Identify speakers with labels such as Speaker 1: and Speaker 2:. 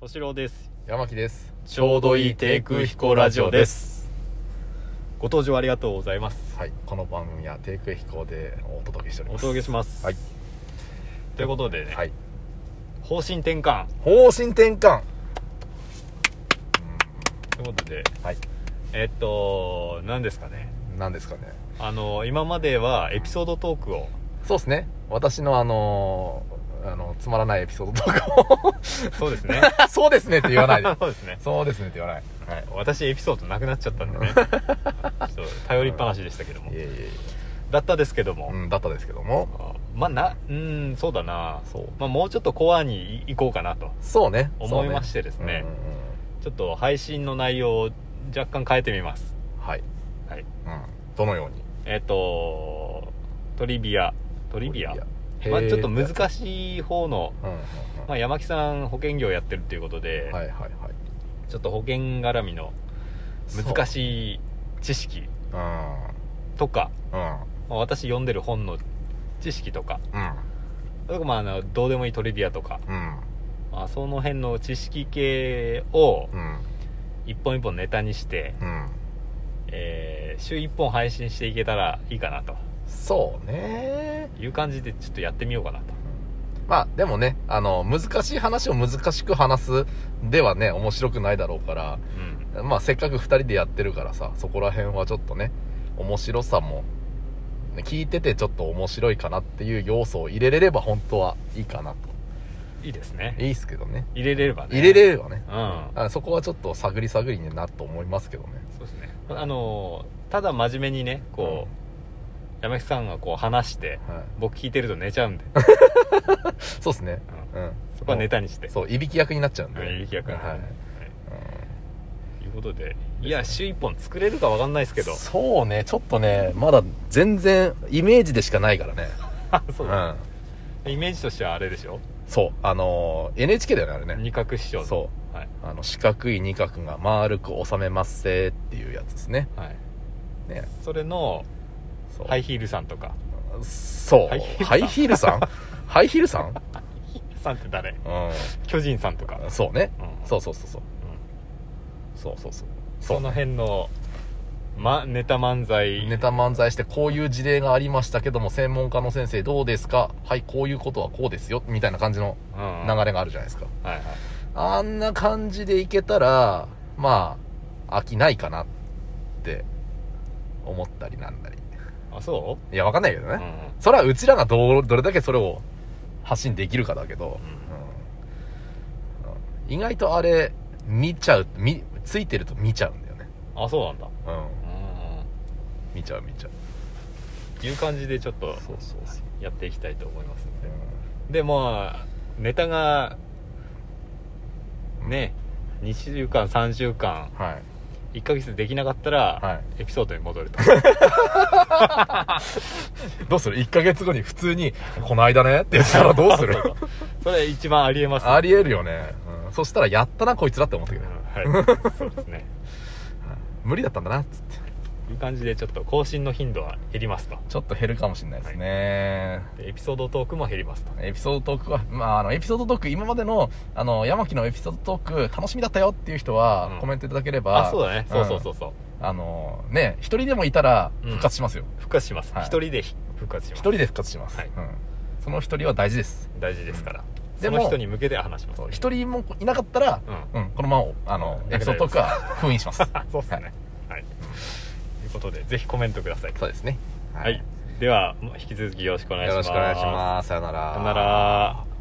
Speaker 1: 敏郎です
Speaker 2: 山木です
Speaker 1: ちょうどいい低空飛行ラジオですご登場ありがとうございます
Speaker 2: はいこの番組は低空飛行でお届けしており
Speaker 1: お
Speaker 2: ます
Speaker 1: 届けします、
Speaker 2: はい、
Speaker 1: ということでね、
Speaker 2: はい、
Speaker 1: 方針転換
Speaker 2: 方針転換
Speaker 1: ということで
Speaker 2: はい
Speaker 1: えっと何ですかね
Speaker 2: 何ですかね
Speaker 1: あの今まではエピソードトークを
Speaker 2: そうですね私のあのーあのつまらないエピソードとか
Speaker 1: そうです ね
Speaker 2: を そうですねって言わないで
Speaker 1: そうですね
Speaker 2: そうですねって言わないはい
Speaker 1: 私エピソードなくなっちゃったんで ねちょっと頼りっぱなしでしたけども
Speaker 2: いえいえい
Speaker 1: だったですけど
Speaker 2: え
Speaker 1: も、
Speaker 2: うんだったですけども
Speaker 1: あまあなうんそうだな
Speaker 2: そう
Speaker 1: まあ、もうちょっとコアに行こうかなと
Speaker 2: そうね
Speaker 1: 思いましてですね
Speaker 2: そううんうん
Speaker 1: ちょっと配信の内容を若干変えてみます
Speaker 2: うんはい、
Speaker 1: はい
Speaker 2: うん、どのように
Speaker 1: えっ、とトリビアトリビア
Speaker 2: ト
Speaker 1: まあ、ちょっと
Speaker 2: しい
Speaker 1: 難しい方の、
Speaker 2: うんうんうん
Speaker 1: まあ、山木さん保険業やってるっていうことで、
Speaker 2: はいはいはい
Speaker 1: ちょっと保険絡みの難しい知識
Speaker 2: そううん
Speaker 1: とか、
Speaker 2: うん
Speaker 1: まあ、私読んでる本の知識とか
Speaker 2: うん
Speaker 1: それかまああのどうでもいいトリビアとか、
Speaker 2: うん
Speaker 1: まあ、その辺の知識系を
Speaker 2: うん
Speaker 1: 一本一本ネタにして、
Speaker 2: うん
Speaker 1: えー週1本配信していけたらいいかなと
Speaker 2: そうね
Speaker 1: いう感じでちょっとやってみようかなと
Speaker 2: まあでもねあの難しい話を難しく話すではね面白くないだろうから
Speaker 1: うん
Speaker 2: まあせっかく2人でやってるからさそこら辺はちょっとね面白さもね聞いててちょっと面白いかなっていう要素を入れれれば本当はいいかなと
Speaker 1: いいですね
Speaker 2: いいっすけどね
Speaker 1: 入れれればね
Speaker 2: 入れれればね
Speaker 1: うん
Speaker 2: あそこはちょっと探り探りになると思いますけどね
Speaker 1: そうですねあのーただ真面目にねこう、山木さんがこう話して
Speaker 2: はい
Speaker 1: 僕聞いてると寝ちゃうん で、
Speaker 2: そうですね
Speaker 1: うん
Speaker 2: うん
Speaker 1: そこはネタにして
Speaker 2: そういびき役になっちゃうんで
Speaker 1: はいいびき役になる
Speaker 2: はいうん
Speaker 1: ということでいや週1本作れるか分かんないですけど
Speaker 2: そうねちょっとねまだ全然イメージでしかないからね
Speaker 1: そうだ、イメージとしてはあれでしょ
Speaker 2: んそうあのー NHK だよねあれね
Speaker 1: 二角師匠の
Speaker 2: そう
Speaker 1: はい、
Speaker 2: あの四角い二角が丸く収めますせーっていうやつですね
Speaker 1: はい、
Speaker 2: ね
Speaker 1: それの
Speaker 2: そう
Speaker 1: ハイヒールさんとか
Speaker 2: そ
Speaker 1: ハイ
Speaker 2: う
Speaker 1: ヒールさん
Speaker 2: ハイヒールさんハイヒールさ
Speaker 1: ヒールさ
Speaker 2: ん
Speaker 1: んって誰
Speaker 2: う
Speaker 1: 巨人さんとか、
Speaker 2: んそうね
Speaker 1: うん
Speaker 2: そうそうそうそう
Speaker 1: うん
Speaker 2: そうそうそう
Speaker 1: その辺の、ま、ネタ漫才
Speaker 2: ネタ漫才してこういう事例がありましたけども専門家の先生どうですかはいこういうことはこうですよみたいな感じの
Speaker 1: 流れ、
Speaker 2: 流
Speaker 1: はい
Speaker 2: れがあるじゃないですか
Speaker 1: はい
Speaker 2: あんな感じでいけたら、まあ、飽きないかなって思ったりなんだり。
Speaker 1: あそ
Speaker 2: いや、わかんないけど
Speaker 1: う、
Speaker 2: ね。
Speaker 1: うんうん
Speaker 2: それはうちらがどう、どれだけそれを発信できるかだけど、うん意外とあれ、見ちゃう、見、ついてると見ちゃうんだよね。
Speaker 1: あそうなんだ
Speaker 2: うん。
Speaker 1: うん
Speaker 2: 見ちゃう見ちゃう。
Speaker 1: いう感じでちょっと
Speaker 2: そうそうそう。
Speaker 1: やっていきたいと思いますので
Speaker 2: う
Speaker 1: でまあネタがね2週間3週間
Speaker 2: んはい。
Speaker 1: 1ヶ月できなかったら、
Speaker 2: は
Speaker 1: エピソードに戻 ると
Speaker 2: どうする ?1 ヶ月後に普通に、この間ねって言ったらどう する
Speaker 1: それ一番ありえますね
Speaker 2: ありえるよね、うん。そしたら、やったな、こいつらって思ったけ
Speaker 1: うん。
Speaker 2: ど
Speaker 1: はいそうですね
Speaker 2: 無理だったんだなっつって
Speaker 1: いう感じでちょっと更新の頻度は減りますと
Speaker 2: ちょっと減るかもしれないですね、
Speaker 1: でエピソードトークも減りますと
Speaker 2: エピソードトークは、まあ、あのエピソードトーク今までのあの山木のエピソードトーク楽しみだったよっていう人は、
Speaker 1: うん
Speaker 2: コメントいただければ
Speaker 1: あそうだねそうそうそううそう
Speaker 2: うんあのね一人でもいたら
Speaker 1: うん
Speaker 2: 復活しますよ
Speaker 1: 復活します一、
Speaker 2: はい
Speaker 1: 人でひ復活しま
Speaker 2: 一、
Speaker 1: す
Speaker 2: 人で復活します、
Speaker 1: はい
Speaker 2: うんその一人は大事です
Speaker 1: 大事ですから、
Speaker 2: ん
Speaker 1: そ
Speaker 2: でも
Speaker 1: の人に向けて話します
Speaker 2: そう一人もいなかったら、
Speaker 1: うん
Speaker 2: うんこのままあの
Speaker 1: うん
Speaker 2: エピソードトークは封印します
Speaker 1: そうですねはいということでぜひコメントください
Speaker 2: そうですね
Speaker 1: はい、では引き続きよろしくお願いし
Speaker 2: よ
Speaker 1: ま
Speaker 2: ろ
Speaker 1: す
Speaker 2: しくお願いしますさよ
Speaker 1: さよなら